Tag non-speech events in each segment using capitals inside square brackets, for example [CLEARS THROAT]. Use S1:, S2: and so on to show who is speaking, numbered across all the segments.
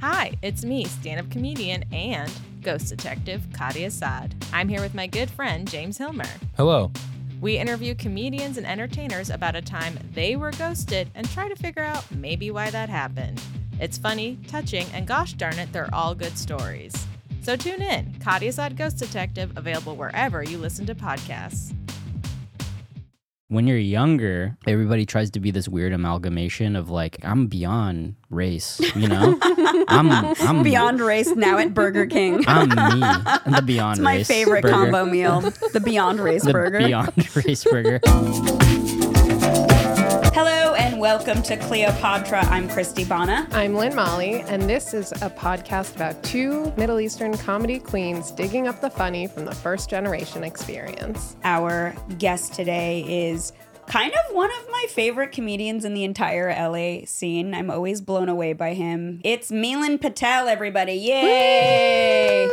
S1: Hi, it's me, stand up comedian and ghost detective Kadia Saad. I'm here with my good friend James Hilmer.
S2: Hello.
S1: We interview comedians and entertainers about a time they were ghosted and try to figure out maybe why that happened. It's funny, touching, and gosh darn it, they're all good stories. So tune in, Kadia Saad Ghost Detective, available wherever you listen to podcasts.
S3: when you're younger, everybody tries to be this weird amalgamation of like, I'm beyond race, you
S4: [LAUGHS]
S3: know? I'm, I'm
S4: Beyond race now at Burger King.
S3: I'm me. I'm the beyond
S4: it's [LAUGHS] my
S3: race
S4: favorite
S3: burger.
S4: combo meal, the Beyond
S3: [LAUGHS]
S4: Race
S3: The
S4: burger.
S3: beyond race burger.
S4: Hello and welcome to Cleopatra. I'm Christy Bonna.
S5: I'm Lynn Molly, and this is a podcast about two Middle Eastern comedy queens digging up the funny from the first generation experience.
S4: Our guest today is kind of one of my favorite comedians in the entire LA scene. I'm always blown away by him. It's Milan Patel, everybody. Yay!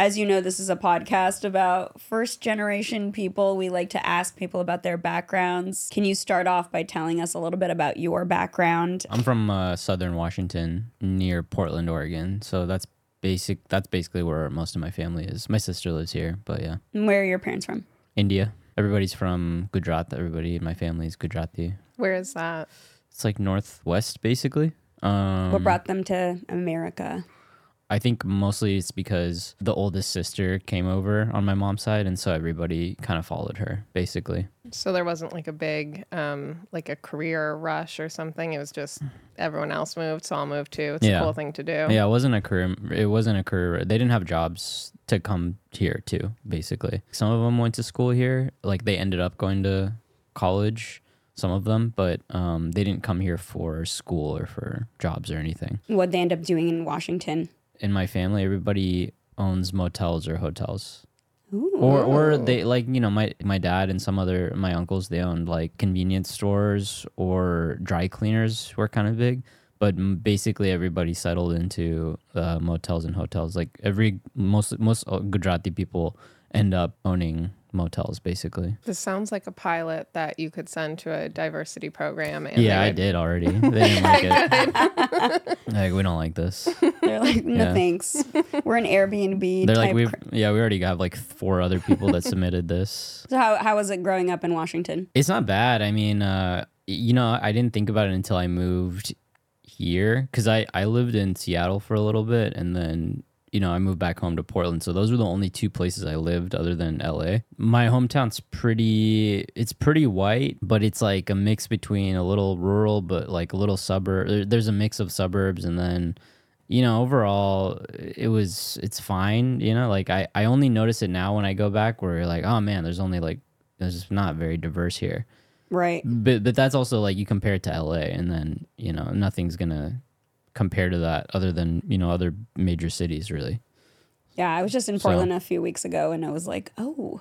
S4: As you know, this is a podcast about first generation people. We like to ask people about their backgrounds. Can you start off by telling us a little bit about your background?
S3: I'm from uh, Southern Washington near Portland, Oregon. So that's basic. That's basically where most of my family is. My sister lives here, but yeah.
S4: And Where are your parents from?
S3: India. Everybody's from Gujarat. Everybody in my family is Gujarati.
S5: Where is that?
S3: It's like Northwest, basically. Um,
S4: What brought them to America?
S3: I think mostly it's because the oldest sister came over on my mom's side, and so everybody kind of followed her, basically.
S5: So there wasn't like a big, um, like a career rush or something. It was just everyone else moved, so I'll move too. It's
S3: Yeah.
S5: a cool thing to do.
S3: Yeah, it wasn't a career. It wasn't a career. They didn't have jobs to come here to, basically. Some of them went to school here. Like they ended up going to college, some of them, but um, they didn't come here for school or for jobs or anything.
S4: What they end up doing in Washington?
S3: In my family, everybody owns motels or hotels. or or they like you know my my dad and some other my uncles they owned like convenience stores or dry cleaners were kind of big but m- basically everybody settled into uh, motels and hotels like every most most uh, gujarati people end up owning motels basically
S5: This sounds like a pilot that you could send to a diversity program. And
S3: yeah i
S5: they would-
S3: did
S4: [LAUGHS]
S3: already they didn't like it like we don't like this
S4: [LAUGHS] They're like, no
S3: Yeah.
S4: thanks. We're an Airbnb.
S3: [LAUGHS] they're
S4: type
S3: like we
S4: cr-
S3: yeah we already have like four other people that submitted this
S4: so how how was it growing up in Washington?
S3: It's not bad. I mean, uh, y- you know, I didn't think about it until I moved here because I, I lived in Seattle for a little bit and then, you know, I moved back home to Portland. So those were the only two places I lived other than LA. My hometown's pretty, it's pretty white, but it's like a mix between a little rural, but like a little suburb. there- There's a mix of suburbs and then you know overall it was it's fine you know like i i only notice it now when i go back where you're like oh man there's only like there's just not very diverse here
S4: Right.
S3: but but that's also like you compare it to la and then you know nothing's gonna compare to that other than you know other major cities really
S4: Yeah, I was just in Portland a few weeks ago, and I was like, oh,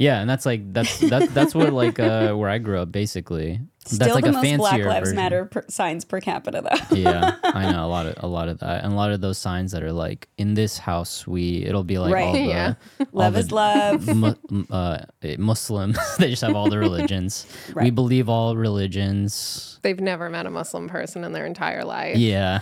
S3: yeah and that's like that's that, that's what like uh [LAUGHS] where i grew up basically that's
S4: still
S3: like
S4: the
S3: a
S4: most
S3: fancier
S4: Black Lives
S3: version.
S4: Matter per- signs per capita though.
S3: [LAUGHS] yeah, I know a lot of a lot of that, and a lot of those signs that are like in this house we it'll be like all
S4: Right.
S3: the
S5: Yeah.
S3: [LAUGHS] all
S4: Love
S3: the
S4: is love.
S3: mu- m- uh, Muslims [LAUGHS] they just have
S4: [LAUGHS]
S3: all the religions. We
S4: Right.
S3: believe all religions.
S5: They've never met a Muslim person in their entire life.
S3: Yeah,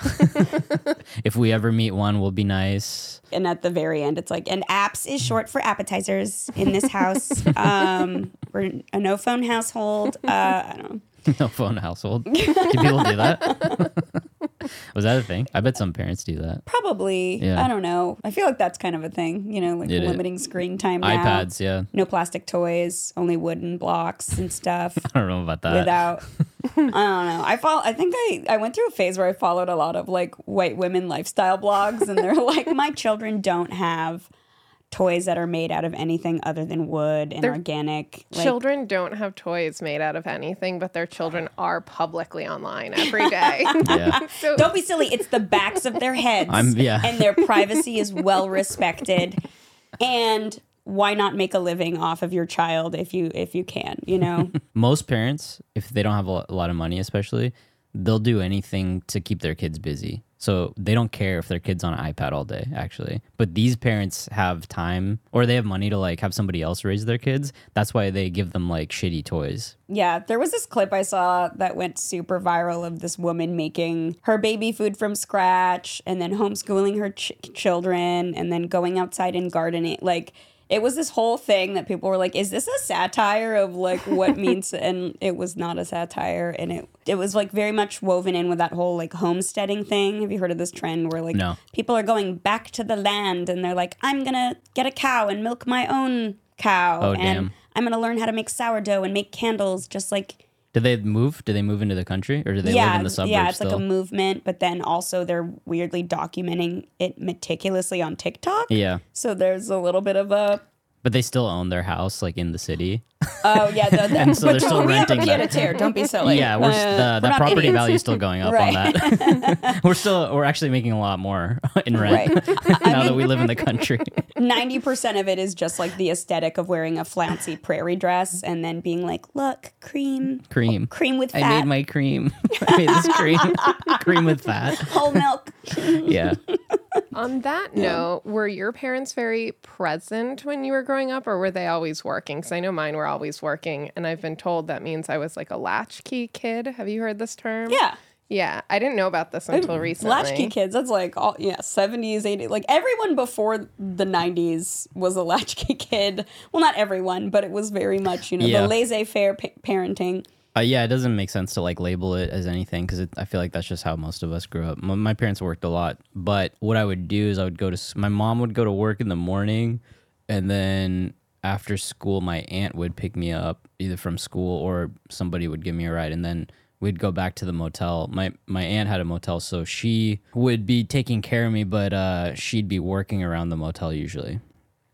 S3: if we ever meet one, we'll be nice.
S4: and at the very end, it's like, and apps is short for appetizers in this
S3: [LAUGHS]
S4: house. um, we're a no phone household. Uh, I don't know.
S3: No phone household. Do people do that? [LAUGHS] Was that a thing? I bet some parents do that.
S4: Probably.
S3: Yeah.
S4: I don't know. I feel like that's kind of a thing, you know, like
S3: It is.
S4: limiting screen time now.
S3: iPads, yeah.
S4: No plastic toys, only wooden blocks and
S3: [LAUGHS]
S4: stuff. [LAUGHS]
S3: I don't know about that.
S4: without I don't know. I follow I think I I went through a phase where I followed a lot of like white women lifestyle blogs and they're [LAUGHS] like my children don't have toys that are made out of anything other than wood and organic. Like,
S5: Children don't have toys made out of anything, but their children are publicly online every
S3: [LAUGHS]
S5: day.
S3: yeah.
S5: so
S4: don't be silly, it's the backs of their heads
S3: I'm- yeah.
S4: and their privacy is well respected. And why not make a living off of your child if you if you can, you know?
S3: most parents if they don't have a lo- a lot of money especially they'll do anything to keep their kids busy So they don't care if their kid's on an iPad all day, actually. But these parents have time or they have money to like have somebody else raise their kids. That's why they give them like shitty toys.
S4: Yeah, there was this clip I saw that went super viral of this woman making her baby food from scratch and then homeschooling her ch- children and then going outside and gardening. Like, it was this whole thing that people were like, is this a satire of like what means? and it was not a satire. And it, it was like very much woven in with that whole like homesteading thing. Have you heard of this trend where like
S3: No.
S4: people are going back to the land and they're like, I'm going to get a cow and milk my own cow.
S3: Oh,
S4: and
S3: damn.
S4: I'm gonna learn how to make sourdough and make candles, just like
S3: Do they move? Do they move into the country or do they live in the suburbs
S4: yeah. It's
S3: still?
S4: like a movement, but then also they're weirdly documenting it meticulously on TikTok.
S3: yeah.
S4: So there's a little bit of a
S3: But they still own their house like in the city.
S4: oh yeah, the,
S3: [LAUGHS]
S4: the,
S3: so they're
S4: [LAUGHS]
S3: still
S4: we have a
S3: renting that.
S4: pied-a-terre, Don't be silly.
S3: [LAUGHS] yeah, we're, s the,
S4: uh, we're
S3: the
S4: not
S3: property
S4: idiots.
S3: value is still
S4: [LAUGHS]
S3: going up on
S4: Right.
S3: that. [LAUGHS] we're still we're actually making a lot more [LAUGHS] in rent
S4: Right.
S3: [LAUGHS] now that we live in the
S4: [LAUGHS]
S3: country.
S4: Ninety percent of it is just like the aesthetic of wearing a flouncy prairie dress and then being like, look, cream,
S3: Cream.
S4: cream with
S3: I
S4: fat,
S3: made my cream. [LAUGHS] I made this cream. [LAUGHS] cream with fat.
S4: whole milk. [LAUGHS]
S3: Yeah.
S5: On that note, were your parents very present when you were growing up, or were they always working? Because I know mine were always working, and I've been told that means I was like a latchkey kid. Have you heard this term?
S4: yeah.
S5: Yeah, I didn't know about this until recently.
S4: Latchkey kids, that's like all yeah, seventies, eighties. Like everyone before the nineties was a [LAUGHS] latchkey kid. Well, not everyone, but it was very much you know
S3: Yeah.
S4: the laissez-faire pa- parenting.
S3: Uh, yeah, it doesn't make sense to like label it as anything because I feel like that's just how most of us grew up. My, my parents worked a lot, but what I would do is I would go to s- my mom would go to work in the morning, and then after school, my aunt would pick me up either from school or somebody would give me a ride, and then we'd go back to the motel. My my aunt had a motel, so she would be taking care of me, but uh, she'd be working around the motel usually.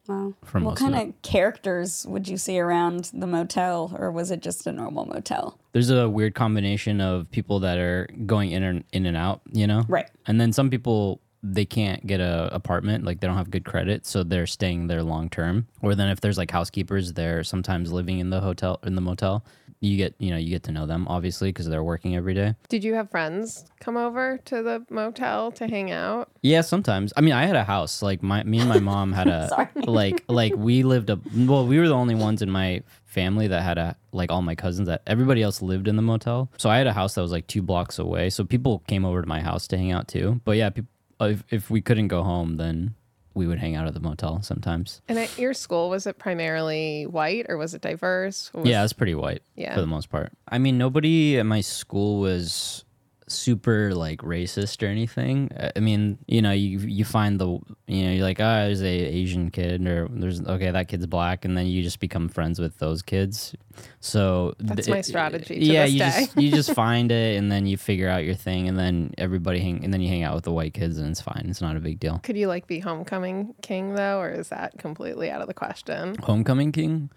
S4: Wow.
S3: For
S4: what
S3: most of
S4: kind of characters would you see around the motel, or was it just a normal motel?
S3: there's a weird combination of people that are going in and in and out, you know?
S4: Right.
S3: And then some people they can't get a apartment, like they don't have good credit, so they're staying there long term. Or then if there's like housekeepers, they're sometimes living in the hotel in the motel. You get, you know, you get to know them obviously because they're working every day.
S5: Did you have friends come over to the motel to hang out?
S3: Yeah, sometimes. I mean, I had a house. Like my me and my mom had a [LAUGHS]
S4: Sorry. [LAUGHS]
S3: like like we lived a well, we were the only ones in my family that had a like all my cousins that everybody else lived in the motel. So I had a house that was like 2 blocks away. So people came over to my house to hang out too. But yeah, peop uh, if if we couldn't go home, then we would hang out at the motel sometimes.
S5: And at your school, was it primarily white or was it diverse? What was-
S3: Yeah, it was pretty white
S5: Yeah.
S3: for the most part. I mean, nobody at my school was super like racist or anything. I- I mean, you know, you you find the you know you're like, oh, there's a Asian kid or there's okay that kid's black, and then you just become friends with those kids. So
S5: That's
S3: th-
S5: my
S3: it-
S5: strategy to
S3: yeah,
S5: this
S3: you
S5: day.
S3: just you
S5: [LAUGHS]
S3: just find it, and then you figure out your thing, and then everybody hang, and then you hang out with the white kids, and it's fine. It's not a big deal.
S5: Could you like be homecoming king though, or is that completely out of the question?
S3: Homecoming
S5: [LAUGHS]
S3: king,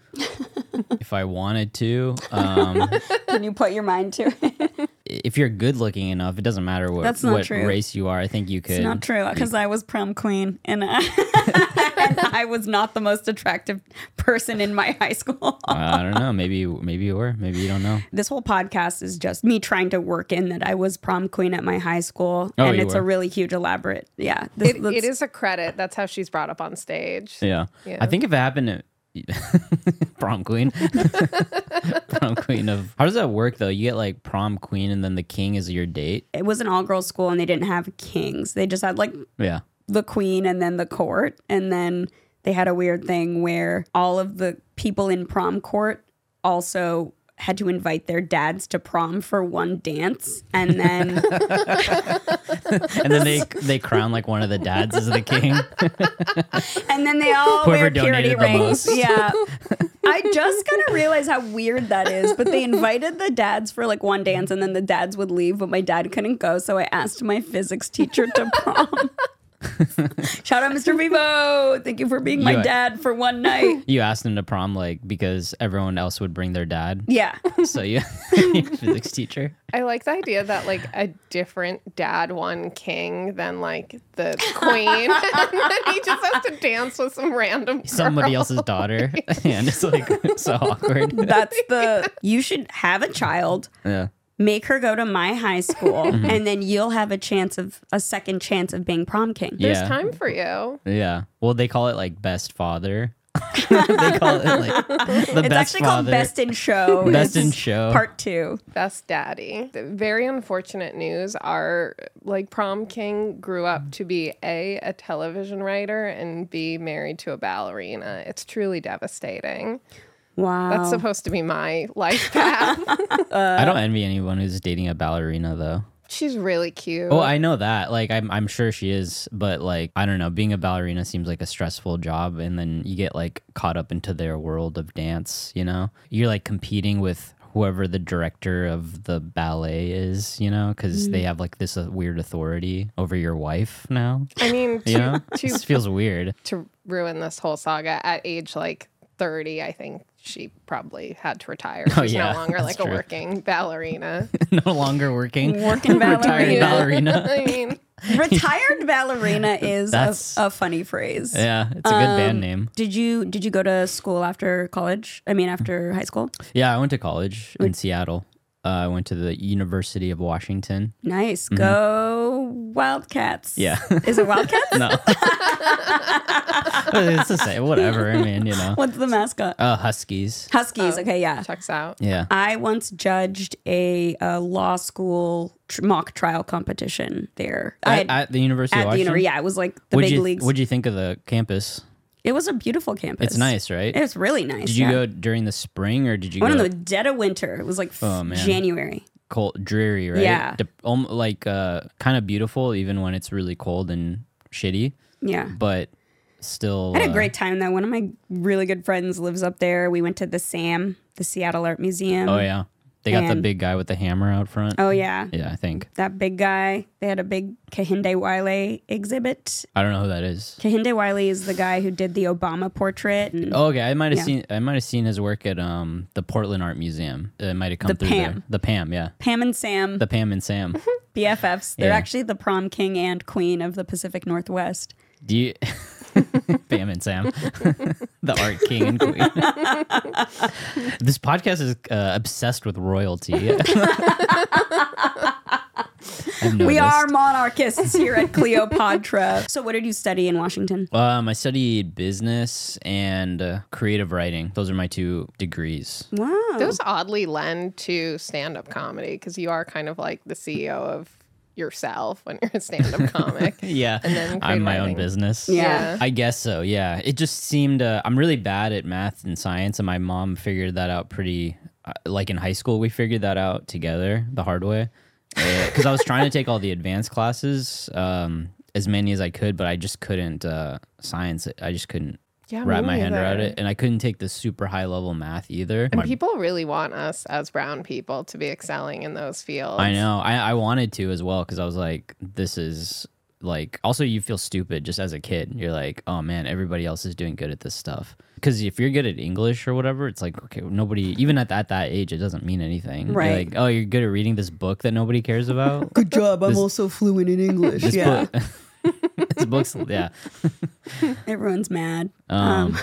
S3: if I wanted to. Um,
S4: Did you put your mind to it?
S3: if you're good looking enough, it doesn't matter what
S4: That's not
S3: what
S4: true.
S3: race you are. I think you could.
S4: It's not true because I was prom queen and
S3: [LAUGHS]
S4: I, [LAUGHS] and I was not the most attractive person in my high school.
S3: uh, I don't know. Maybe maybe you were. Maybe you don't know.
S4: this whole podcast is just me trying to work in that I was prom queen at my high school,
S3: Oh,
S4: and
S3: you
S4: it's a
S3: were.
S4: really huge, elaborate. Yeah, this,
S5: It, it is a credit. That's how she's brought up on stage.
S3: Yeah.
S5: Yeah.
S3: I think if it happened to [LAUGHS] prom
S4: [LAUGHS]
S3: queen, prom queen of how does that work though? You get like prom queen, and then the king is your date.
S4: It was an all girls school, and they didn't have kings. They just had like
S3: Yeah.
S4: the queen, and then the court, and then they had a weird thing where all of the people in prom court also had to invite their dads to prom for one dance, and
S3: [LAUGHS]
S4: then.
S3: And then they they crown like one of the dads as
S4: [LAUGHS]
S3: the king.
S4: And then they all
S3: Whoever
S4: wear purity
S3: donated the
S4: rings.
S3: most.
S4: Yeah. [LAUGHS] I just kind of realized how weird that is, but they invited the dads for like one dance and then the dads would leave, but my dad couldn't go, so I asked my physics teacher [LAUGHS] to prom. Shout out Mr. Vivo. Thank you for being my
S3: You-
S4: dad for one night.
S3: you asked him to prom like because everyone else would bring their dad.
S4: Yeah.
S3: So you [LAUGHS] physics
S4: [LAUGHS]
S3: teacher.
S5: I like the idea that like a different dad won king than like the queen, [LAUGHS] and then he just has to dance with some
S3: [LAUGHS]
S5: random
S3: Somebody
S5: girl.
S3: else's daughter. [LAUGHS] and it's like so awkward.
S4: [LAUGHS] That's the you should have a child
S3: Yeah.
S4: make her go to my
S3: [LAUGHS]
S4: high school,
S3: Mm-hmm.
S4: and then you'll have a chance of a second chance of being prom king.
S5: There's
S3: yeah.
S5: time for you.
S3: Yeah. Well, they call it like best
S4: [LAUGHS]
S3: father. [LAUGHS] they call it like the
S4: it's
S3: best
S4: actually called
S3: father.
S4: Best in Show.
S3: Best
S4: It's
S3: in Show.
S4: Part two.
S5: Best daddy. The very unfortunate news are like prom king grew up to be A, a television writer, and B, married to a ballerina. It's truly devastating.
S4: Wow.
S5: That's supposed to be my life path.
S3: [LAUGHS] I don't envy anyone who's dating a ballerina though.
S5: She's really cute.
S3: Oh, I know that. Like, I'm, I'm sure she is, but like, I don't know. Being a ballerina seems like a stressful job, and then you get like caught up into their world of dance. You know, you're like competing with whoever the director of the ballet is. You know, because
S4: Mm.
S3: they have like this uh, weird authority over your wife now.
S5: I mean,
S3: You know,
S5: to,
S3: this
S5: to,
S3: feels weird.
S5: to ruin this whole saga at age like 30, I think she probably had to retire. She's
S3: Oh, yeah,
S5: no longer
S3: that's
S5: like a
S3: true.
S5: working ballerina.
S3: [LAUGHS] no longer working.
S4: [LAUGHS]
S3: [LAUGHS]
S4: Working
S3: Retired
S4: ballerina. [LAUGHS]
S3: ballerina.
S5: I mean,
S3: [LAUGHS]
S4: Retired ballerina is a,
S3: That's-
S4: a funny phrase.
S3: Yeah, it's a good
S4: Um,
S3: band name.
S4: Did you did you go to school after college? I mean, after high school.
S3: Yeah, I went to college in Seattle. Uh, I went to the University of Washington. [LAUGHS]
S4: Nice. Go Wildcats.
S3: Mm-hmm. Yeah.
S4: [LAUGHS] Is it Wildcats?
S3: [LAUGHS] No. it's the same. Whatever. I mean, you know.
S4: What's the mascot?
S3: Uh, Huskies.
S4: Huskies. Okay, yeah.
S5: checks out.
S3: Yeah.
S4: I once judged a, uh law school tr- mock trial competition there. I
S3: At,
S4: had-
S3: at the University
S4: at
S3: of
S4: the
S3: Washington.
S4: uni- yeah, it was like the
S3: what'd
S4: big
S3: you,
S4: leagues.
S3: What'd you think of the campus?
S4: it was a beautiful campus.
S3: It's nice, right?
S4: It was really nice.
S3: did you
S4: yeah.
S3: go during the spring or did you
S4: I went
S3: go
S4: in the dead of winter. It was like f-
S3: Oh, man.
S4: January.
S3: cold, dreary, right?
S4: Yeah.
S3: Dep- um, like uh, kind of beautiful even when it's really cold and shitty,
S4: Yeah.
S3: but still.
S4: I had
S3: uh,
S4: a great time though. One of my really good friends lives up there. We went to the SAM, the Seattle Art Museum.
S3: Oh, yeah. They got the
S4: Mm-hmm. And-
S3: big guy with the hammer out front.
S4: Oh yeah.
S3: Yeah, I think.
S4: That big guy. They had a big Kahinde Wiley exhibit.
S3: I don't know who that is.
S4: Kahinde Wiley is the guy who did the Obama portrait and
S3: Oh, okay, I might have
S4: Yeah.
S3: seen I might have seen his work at um the Portland Art Museum. It might have come
S4: The
S3: through there.
S4: Pam. Mm-hmm.
S3: The Pam, yeah.
S4: Pam and Sam,
S3: The Pam and Sam.
S4: BFFs. They're
S3: Yeah.
S4: actually the prom king and queen of the Pacific Northwest.
S3: Do you [LAUGHS] Pam and Sam, [LAUGHS] the art king and queen?
S4: [LAUGHS]
S3: this podcast is uh, obsessed with royalty. [LAUGHS] I've
S4: We
S3: noticed.
S4: are monarchists here at Cleopatra. [LAUGHS] so, what did you study in Washington?
S3: Um, I studied business and uh, creative writing. Those are my two degrees.
S4: Wow.
S5: Those oddly lend to stand up comedy because you are kind of like the CEO of yourself when you're a
S3: [LAUGHS]
S5: stand up comic.
S3: Yeah,
S5: And then
S3: I'm
S5: creative
S3: my own
S5: writing.
S3: business.
S4: Yeah.
S3: I guess so. Yeah. It just seemed uh, I'm really bad at math and science, and my mom figured that out pretty. Uh, like in high school, we figured that out together the hard way because I was trying to take all the advanced classes, um, as many as I could, but I just couldn't uh, science. it. I just couldn't
S5: Yeah,
S3: wrap
S5: me
S3: my hand around
S5: neither.
S3: it, and I couldn't take the super high level math either.
S5: And people really want us as brown people to be excelling in those fields.
S3: I know. I, I wanted to as well because I was like, this is like. Also, you feel stupid just as a kid. You're like, oh man, everybody else is doing good at this stuff. Because if you're good at English or whatever, it's like okay, nobody. Even at that, that age, it doesn't mean anything. You're
S4: Right.
S3: like, oh, you're good at reading this book that nobody cares about.
S2: Good job. I'm also fluent in English.
S3: this
S2: yeah.
S3: book. [LAUGHS] this book's yeah.
S4: Everyone's mad.
S3: Um,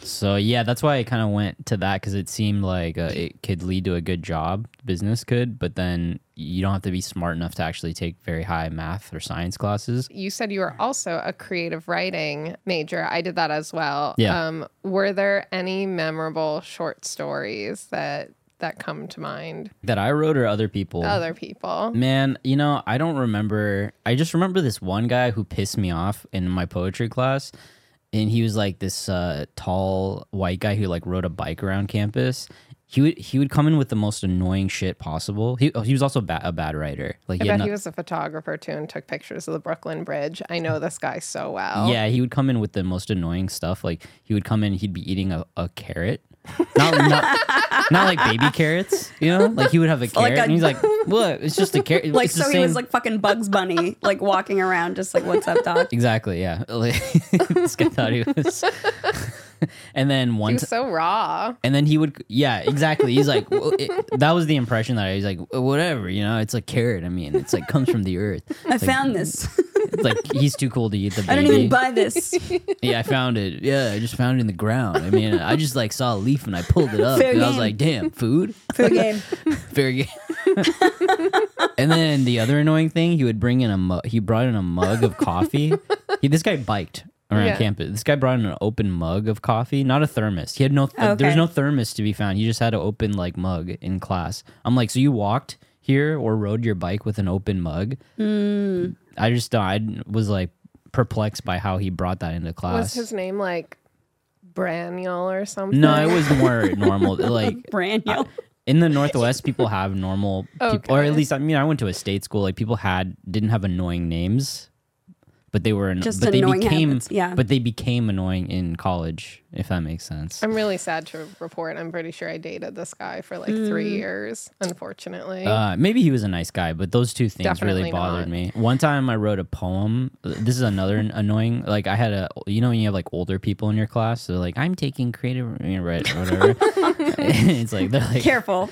S3: so yeah, that's why I kind of went to that because it seemed like uh, it could lead to a good job, business could, but then you don't have to be smart enough to actually take very high math or science classes.
S5: You said you were also a creative writing major. I did that as well.
S3: Yeah.
S5: Um, were there any memorable short stories that that come to mind?
S3: That I wrote or other people?
S5: Other people.
S3: Man, you know, I don't remember. I just remember this one guy who pissed me off in my poetry class. And he was like this uh, tall white guy who like rode a bike around campus. He would he would come in with the most annoying shit possible. He, oh, he was also ba- a bad writer. Like
S5: I
S3: had
S5: bet
S3: no-
S5: he was a photographer too and took pictures of the Brooklyn Bridge. I know this guy so well.
S3: Yeah, he would come in with the most annoying stuff. Like he would come in, he'd be eating a, a carrot. Not, not not like baby carrots, you know? Like he would have a carrot
S4: a-
S3: and he's
S4: [LAUGHS]
S3: like, Look, it's just a carrot.
S4: Like,
S3: It's the
S4: so he was
S3: same-
S4: like fucking Bugs Bunny, like walking around, just like, what's up, doc?
S3: Exactly, yeah. [LAUGHS] Like, this guy thought he was [LAUGHS] And then
S5: He
S3: one
S5: was
S3: t-
S5: so raw.
S3: and then he would yeah, exactly. He's like well, it, that was the impression that I was like, whatever, you know, it's a carrot. I mean, it's like comes from the earth.
S4: I found this.
S3: It's like he's too cool to eat the baby.
S4: I didn't even buy this.
S3: Yeah, I found it. Yeah, I just found it in the ground. I mean, I just like saw a leaf and I pulled it up,
S4: Fair
S3: and I was
S4: game.
S3: like, "Damn, food, [LAUGHS]
S4: Food game.
S3: fair game." [LAUGHS] and then the other annoying thing, he would bring in a mu- he brought in a mug of coffee. he this guy biked around
S5: Yeah.
S3: campus. This guy brought in an open mug of coffee, not a thermos. He had no th- there was
S4: Okay.
S3: no thermos to be found. He just had an open like mug in class. I'm like, so you walked here or rode your bike with an open mug? I just don't- I was like perplexed by how he brought that into
S5: Was
S3: class.
S5: his name like Braniel or something?
S3: no,
S4: [LAUGHS]
S3: it was more normal. Like
S4: Brand new.
S3: in the northwest people have normal people or
S5: Okay.
S3: at least i mean i went to a state school like people had didn't have annoying names but they were an-
S4: Just
S3: but they
S4: annoying
S3: became
S4: habits, yeah.
S3: but they became annoying in college if that makes sense
S4: Oh,
S5: I'm really sad to report. I'm pretty sure I dated this guy for like three years, unfortunately.
S3: uh, maybe he was a nice guy, but those two things
S5: Definitely
S3: really bothered
S5: not.
S3: me. One time I wrote a poem. This is
S4: [LAUGHS]
S3: another an- annoying. Like I had a, you know, when you have like older people in your class, they're like, "I'm taking creative," you know, right, or
S4: [LAUGHS]
S3: whatever. [LAUGHS] it's like they're like,
S4: Careful.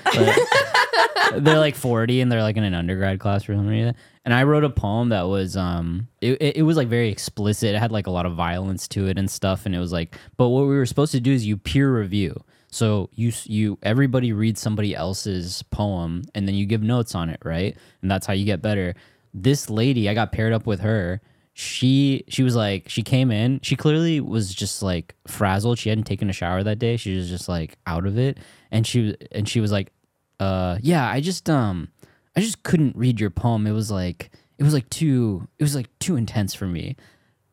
S3: they're like 40 and they're like in an undergrad class or something like that. And I wrote a poem that was um it, it, it was like very explicit. It had like a lot of violence to it and stuff and it was like but what we were supposed to do is you peer review. So you s- you everybody reads somebody else's poem and then you give notes on it, right? And that's how you get better. This lady, I got paired up with her she she was like she came in she clearly was just like frazzled she hadn't taken a shower that day she was just like out of it and she and she was like uh yeah i just um i just couldn't read your poem it was like it was like too it was like too intense for me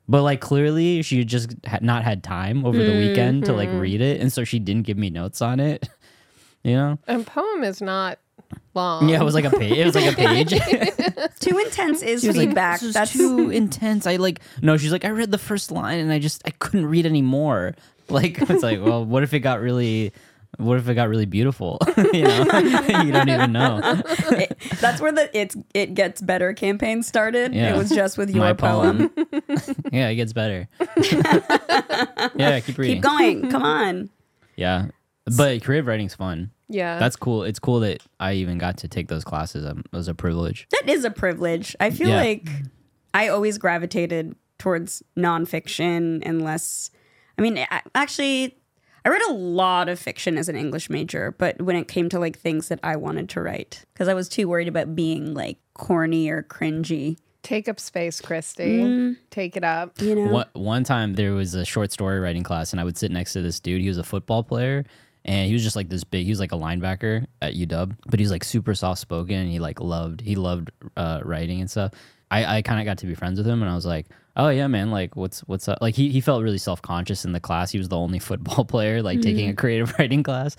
S3: but like clearly she had just had not had time over the weekend to
S4: Mm-hmm.
S3: like read it and so she didn't give me notes on it [LAUGHS] you know
S5: and poem is not long.
S3: yeah it was like a page it was
S4: [LAUGHS]
S3: like a page
S4: too intense is
S3: She was like,
S4: feedback.
S3: This is
S4: That's
S3: too intense. I like no. She's like, I read the first line and I just I couldn't read anymore. [LAUGHS] Like it's like, well, what if it got really, what if it got really beautiful? [LAUGHS] you know, you don't even know.
S4: it, [LAUGHS] that's where the it's it gets better campaign started.
S3: Yeah.
S4: It was just with your
S3: My
S4: poem.
S3: poem. [LAUGHS] yeah, it gets better. yeah, keep reading.
S4: Keep going. Come on.
S3: Yeah, but creative writing's fun.
S5: Yeah.
S3: That's cool. It's cool that I even got to take those classes. Um, it was a privilege.
S4: That is a privilege. I feel
S3: Yeah.
S4: like I always gravitated towards nonfiction unless I mean I, actually I read a lot of fiction as an English major, but when it came to like things that I wanted to write cuz I was too worried about being like corny or cringy,
S5: Take up space, Christy.
S3: Mm.
S5: Take it up.
S4: you know.
S3: One, one time there was a short story writing class, and I would sit next to this dude. He was a football player, and he was just like this big. He was like a linebacker at UW, but he was like super soft spoken, and he like loved he loved uh, writing and stuff. I, I kind of got to be friends with him, and I was like, oh yeah, man, like what's what's up? Like he he felt really self conscious in the class. He was the only [LAUGHS] football player like taking a creative [LAUGHS] writing class,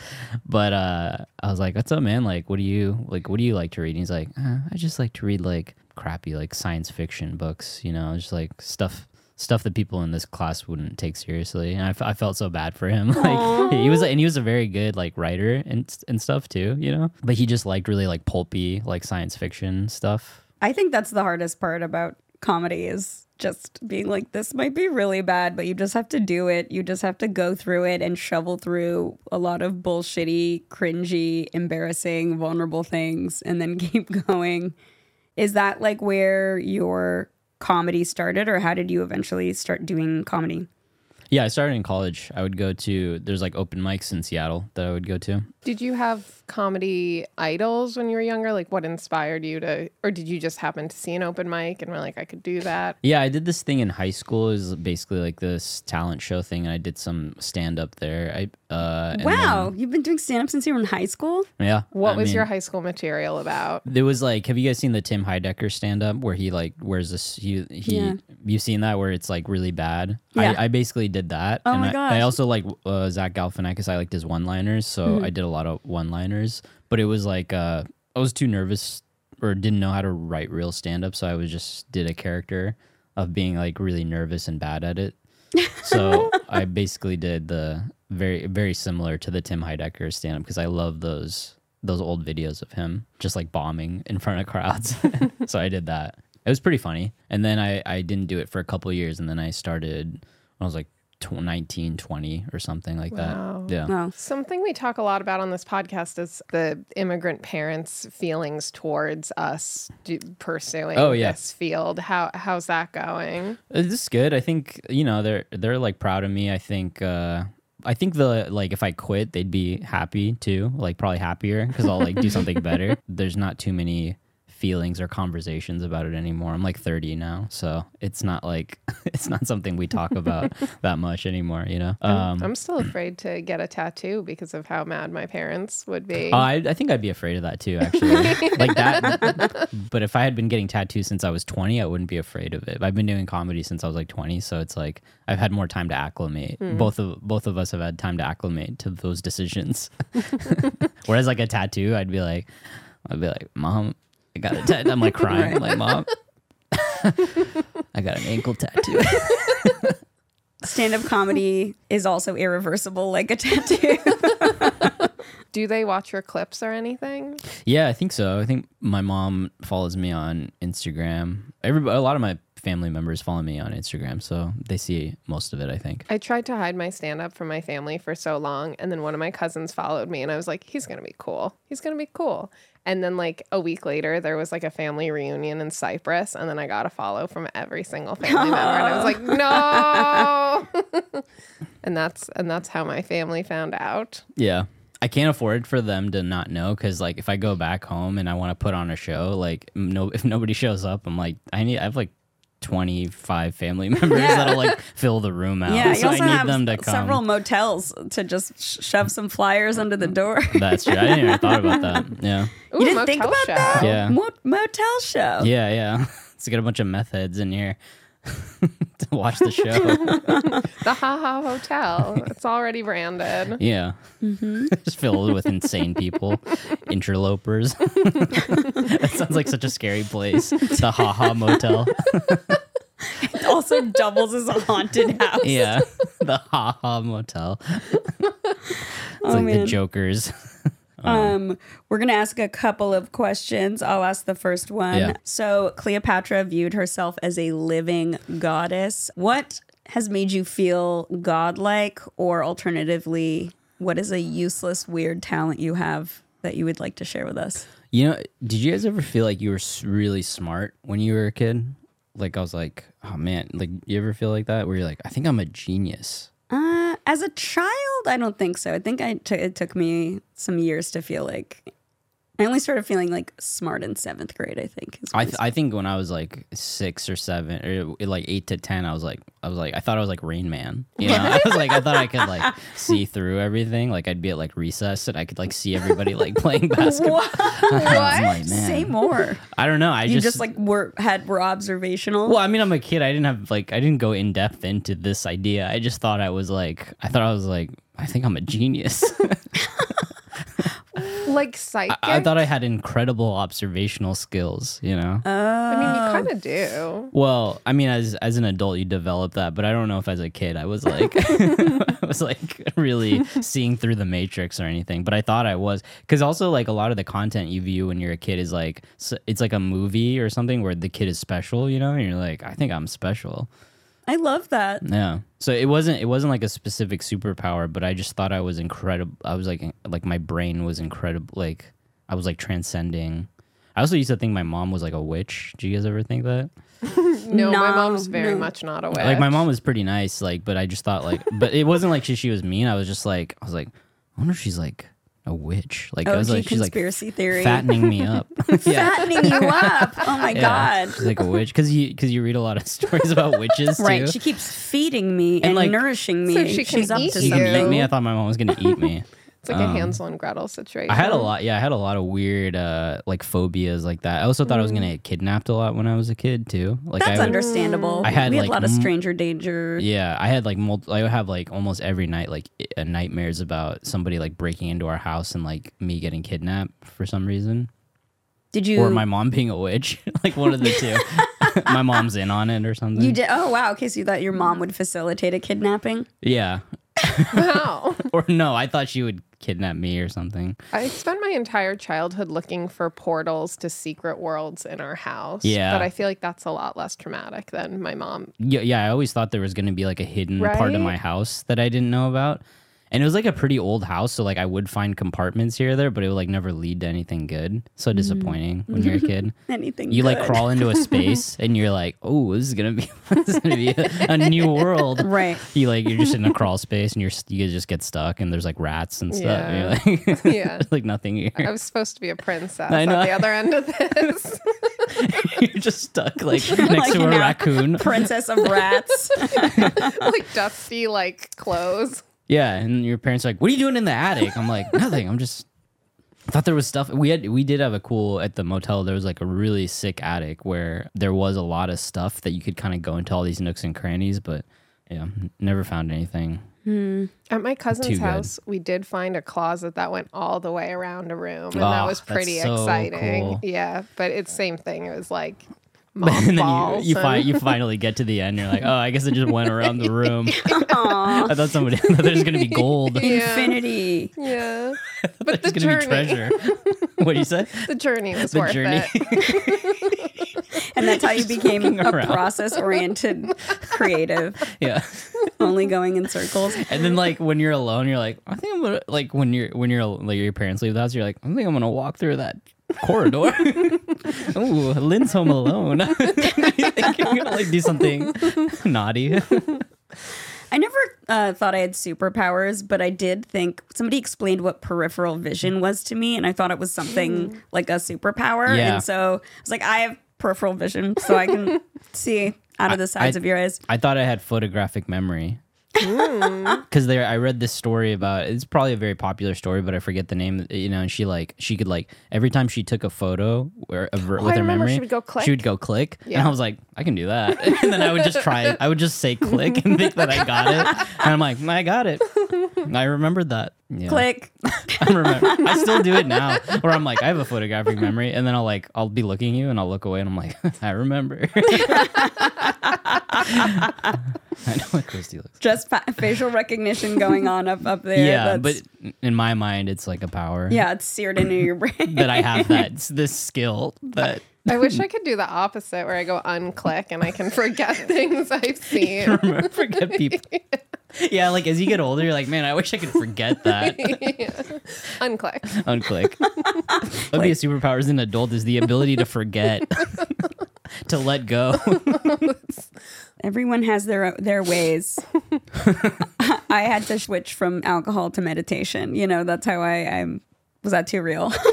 S3: but uh, I was like, what's up, man? Like what do you like? What do you like to read? And he's like, uh, I just like to read like crappy like science fiction books, you know, just like stuff stuff that people in this class wouldn't take seriously and i, f- I felt so bad for him [LAUGHS] like he was and he was a very good like writer and s- and stuff too you know but he just liked really like pulpy like science fiction stuff
S4: I think that's the hardest part about comedy is just being like, this might be really bad, but you just have to do it. You just have to go through it and shovel through a lot of bullshitty, cringy, embarrassing, vulnerable things and then [LAUGHS] keep going. Is that like where your comedy started, or how did you eventually start doing comedy?
S3: yeah i started in college i would go to there's like open mics in seattle that i would go to
S5: Did you have comedy idols when you were younger? Like, what inspired you to, or did you just happen to see an open mic and were like, I could do that?
S3: Yeah, I did this thing in high school. Is basically like this talent show thing, and I did some stand up there. I uh, and
S4: Wow, you've been doing stand up since you were in high school?
S3: then- yeah.
S5: What
S3: I
S5: was
S3: mean-
S5: your high school material about?
S3: There was like, have you guys seen the Tim Heidecker stand up where he like wears this? He, he
S4: Yeah.
S3: you've seen that where it's like really bad.
S4: Yeah.
S3: I, I basically did that.
S4: Oh
S3: and
S4: my
S3: I,
S4: gosh.
S3: I also like uh, Zach Galifianakis. I liked his one liners, so
S4: Mm-hmm.
S3: I did a lot of one liners. But it was like uh, I was too nervous or didn't know how to write real stand up, so I was just did a character of being like really nervous and bad at it. So I basically did the very very similar to the Tim Heidecker stand up because I love those those old videos of him just like bombing in front of crowds. [LAUGHS] so I did that. It was pretty funny. And then I I didn't do it for a couple of years and then I started when I was like tw- 19, 20 or something like
S5: Wow.
S3: that. Yeah.
S4: Wow.
S5: Something we talk a lot about on this podcast is the immigrant parents' feelings towards us do, pursuing
S3: Oh, yeah.
S5: this field. How how's that going?
S3: Uh, This is good. I think you know they're they're like proud of me. I think uh, I think the like if I quit, they'd be happy too, like probably happier because I'll like do something better. There's not too many feelings or conversations about it anymore. I'm like 30 now, so it's not like [LAUGHS] it's not something we talk about that much anymore. You know, Um,
S5: I'm, I'm still afraid to get a tattoo because of how mad my parents would be.
S3: Oh, I, I think I'd be afraid of that too, actually. like that. But if I had been getting tattoos since I was 20, I wouldn't be afraid of it. I've been doing comedy since I was like 20, so it's like I've had more time to acclimate. Both of both of us have had time to acclimate to those decisions. [LAUGHS] Whereas like a tattoo, I'd be like, I'd be like, mom, I got a tattoo. I'm like crying, like mom, [LAUGHS] I got an ankle tattoo.
S4: Stand up comedy is also irreversible, like a tattoo.
S5: Do they watch your clips or anything?
S3: Yeah, I think so. I think my mom follows me on Instagram. Everybody, a lot of my family members follow me on Instagram, so they see most of it. I think.
S5: I tried to hide my stand up from my family for so long. And then one of my cousins followed me, and I was like, he's going to be cool. He's going to be cool. And then, like, a week later, there was like a family reunion in Cyprus. And then I got a follow from every single family member. And I
S4: [LAUGHS]
S5: was like, no. [LAUGHS] and that's, and that's how my family found out.
S3: Yeah. I can't afford for them to not know because, like, if I go back home and I want to put on a show, like, no, if nobody [LAUGHS] shows up, I'm like, I need, I have like 25 family [LAUGHS] members
S4: Yeah.
S3: that'll like fill the room out.
S4: Yeah, you
S3: so I
S4: also
S3: need
S4: have
S3: them to
S4: s-
S3: come.
S4: several motels to just sh- shove some flyers under the door.
S3: [LAUGHS] That's true. I didn't even thought about
S4: [LAUGHS]
S3: that. Yeah.
S5: Ooh,
S4: you didn't think
S5: motel
S4: about
S5: show.
S3: [LAUGHS]
S4: that?
S3: Yeah.
S4: [LAUGHS] Mo- motel show.
S3: Yeah, yeah. [LAUGHS] Let's get a bunch of meth heads in here [LAUGHS] to watch
S4: [LAUGHS]
S3: the show.
S5: The Ha Ha Hotel. It's already branded.
S3: yeah.
S4: Mm-hmm.
S3: [LAUGHS] Just filled with insane people,
S4: [LAUGHS]
S3: interlopers. that sounds like such a scary place. The Ha Ha
S4: [LAUGHS]
S3: Motel.
S4: It [LAUGHS] also doubles as a
S3: [LAUGHS]
S4: haunted house.
S3: Yeah. The Ha Ha Motel. It's
S4: Oh,
S3: like the
S4: man.
S3: Jokers.
S4: Um, we're gonna ask a couple of questions. I'll ask the first one.
S3: Yeah.
S4: So Cleopatra viewed herself as a living goddess. What has made you feel godlike, or alternatively, what is a useless, weird talent you have that you would like to share with us?
S3: You know, did you guys ever feel like you were s- really smart when you were a kid? Like I was like, oh man, like you ever feel like that where you're like, I think I'm a genius.
S4: Uh, as a child, I don't think so. I think I t- it took me some years to feel like I only started feeling like smart in seventh grade. I think. is
S3: I
S4: when
S3: th- I think when I was like six or seven or uh, like eight to ten, I was like, I was like, I thought I was like Rain Man. You know, [LAUGHS] I was like, I thought I could like see through everything. Like I'd be at like recess and I could like see everybody like playing [LAUGHS] basketball. I'm like, man, [LAUGHS]
S4: Say more.
S3: I don't know. I
S4: You
S3: just,
S4: just, like were had were observational.
S3: Well, I mean, I'm a kid. I didn't have like I didn't go in depth into this idea. I just thought I was like I thought I was like I think I'm a
S4: [LAUGHS]
S3: genius. [LAUGHS]
S5: Like psychic.
S3: I thought I had incredible observational skills, you know.
S5: I mean,
S4: Uh,
S5: you kind of do.
S3: well, I mean, as as an adult, you develop that, but I don't know if as a kid I was like, [LAUGHS] I was like really seeing through the matrix or anything. But I thought I was, because also like a lot of the content you view when you're a kid is like s- it's like a movie or something where the kid is special, you know, and you're like, I think I'm special.
S4: I love that.
S3: Yeah. So it wasn't it wasn't like a specific superpower, but I just thought I was incredible. I was like like my brain was incredible. Like I was like transcending. I also used to think my mom was like a witch. Do you guys ever think that?
S5: No, my
S4: No,
S5: mom's very
S4: no.
S5: much not aware.
S3: Like my mom was pretty nice, like, but I just thought like, but it wasn't like she she was mean. I was just like, I was like, I wonder if she's like a witch. Like I
S4: OG
S3: was like, she's like
S4: Oh, conspiracy theory.
S3: fattening me
S4: [LAUGHS]
S3: up. [LAUGHS] yeah.
S4: Fattening you up. Oh my
S3: Yeah.
S4: god.
S3: She's like a witch because you because you read a lot of [LAUGHS] stories about witches,
S4: Right.
S3: Too.
S4: She keeps feeding me and,
S3: like-
S4: nourishing me.
S5: So she can
S4: She's up
S5: eat
S4: to
S3: you
S4: something.
S3: eat me. I thought my mom was gonna eat
S4: [LAUGHS]
S3: me.
S5: It's like a Hansel and Gretel situation.
S3: um, I had a lot. Yeah, I had a lot of weird uh like phobias like that. I also thought I was gonna get kidnapped a lot when I was a kid too. Like I
S4: Mm. That's
S3: would-
S4: understandable.
S3: I had,
S4: we had
S3: like,
S4: a lot of
S3: m-
S4: stranger danger.
S3: Yeah, I had like multi. I would have like almost every night like i- uh, nightmares about somebody like breaking into our house and like me getting kidnapped for some reason,
S4: Did you
S3: or my mom being a witch. [LAUGHS] like one of the
S4: [LAUGHS]
S3: two. my mom's in on it or something.
S4: you did oh wow, okay, so you thought your mom would facilitate a kidnapping?
S3: Yeah.
S5: Wow.
S3: Or no, I thought she would kidnap me or something.
S5: [LAUGHS] I spent my entire childhood looking for portals to secret worlds in our house.
S3: Yeah.
S5: But I feel like that's a lot less traumatic than my mom.
S3: Yeah, yeah. I always thought there was going to be like a hidden part of
S5: Right?
S3: my house that I didn't know about, And it was like a pretty old house, so like I would find compartments here or there, but it would like never lead to anything good.
S4: Mm.
S3: So disappointing when you're a kid.
S4: Anything
S3: You like
S4: good. [LAUGHS]
S3: crawl into a space and you're like, oh, this is gonna be, [LAUGHS] this is gonna be a, a new world,
S4: Right.
S3: You like you're just in a crawl space and you're s- you just get stuck and there's like rats and stuff.
S5: Yeah.
S3: And you're like, [LAUGHS]
S5: Yeah.
S3: there's, like nothing here.
S5: I was supposed to be a princess
S3: I
S5: at
S3: know.
S5: the other
S3: [LAUGHS]
S5: end of this. [LAUGHS]
S3: you're just stuck like next to a
S4: now.
S3: raccoon.
S4: Princess of Rats.
S5: like dusty, like clothes.
S3: Yeah, and your parents are like, "What are you doing in the attic?" I'm like, "Nothing. I'm just." I thought there was stuff. We had we did have a cool at the motel. There was like a really sick attic where there was a lot of stuff that you could kind of go into all these nooks and crannies, but yeah, n- never found anything.
S5: At my
S3: Too
S5: cousin's
S3: good.
S5: house, we did find a closet that went all the way around a room, and
S3: Oh,
S5: that was
S3: that's
S5: pretty
S3: so
S5: exciting.
S3: cool.
S5: Yeah, but it's same thing. It was like
S3: [LAUGHS] and then
S5: mothballs
S3: you, you,
S5: and-
S3: fi- you finally get to the end. You're like, "Oh, I guess it just went around the
S5: [LAUGHS]
S3: room." [LAUGHS] I thought somebody I thought there's gonna be gold. I
S4: Infinity.
S5: [LAUGHS] yeah.
S3: thought there's
S5: the
S3: gonna be
S5: journey.
S3: treasure. [LAUGHS] What do you say?
S5: The
S3: [LAUGHS]
S5: journey was
S3: The
S5: worth
S3: journey.
S5: it.
S4: And that's how you became a
S3: around. [LAUGHS]
S4: process oriented creative,
S3: [LAUGHS] yeah.
S4: only going in circles.
S3: And then like when you're alone, you're like, I think I'm gonna like when you're when you're like your parents leave the house, you're like, I think I'm gonna walk through that corridor. [LAUGHS] Ooh, Lynn's home alone. [LAUGHS] I think I'm gonna like do something [LAUGHS] naughty.
S4: I never uh, thought I had superpowers, but I did think somebody explained what peripheral vision was to me, and I thought it was something like a superpower.
S3: Yeah.
S4: And so I was like, I have peripheral vision, so I
S3: [LAUGHS]
S4: can see out of the sides
S3: I-
S4: of your eyes.
S3: I thought I had photographic memory.
S5: Hmm.
S3: [LAUGHS] Because there, I read this story about it's probably a very popular story, but I forget the name. You know, and she like she could like every time she took a photo or of her, with
S5: Oh, I
S3: her
S5: remember
S3: memory,
S5: she would go click.
S3: She would go click, and
S5: Yeah.
S3: I was like, I can do that. [LAUGHS] And then I would just try. it. I would just say click and think that I got it, and I'm like, I got
S5: [LAUGHS]
S3: it. I remembered that. Yeah.
S4: Click. [LAUGHS]
S3: [LAUGHS] I remember. I still do it now, where I'm like, I have a photographic memory, and then I'll like, I'll be looking at you, and I'll look away, and I'm like, [LAUGHS] I
S4: [LAUGHS]
S3: remember. I know what Christy looks. like.
S4: Just fa- facial recognition going on up up there.
S3: Yeah,
S4: That's-
S3: but in my mind, it's like a power.
S4: yeah, it's seared
S3: [LAUGHS]
S4: into your brain.
S3: That I have that this skill
S4: [LAUGHS]
S3: that [LAUGHS]
S5: I wish I could do the opposite where I go unclick and I can forget [LAUGHS] things I've seen.
S3: remember, forget people. Yeah, like as you get older, you're like, man, I wish I could forget
S4: [LAUGHS]
S3: that.
S5: Unclick.
S3: Unclick. That'd be a superpower as an adult is the ability to forget, [LAUGHS] to let go.
S4: Everyone has their
S3: [LAUGHS]
S4: their ways. I had to switch from alcohol to meditation. You know, that's how I I'm. Was that too real? [LAUGHS]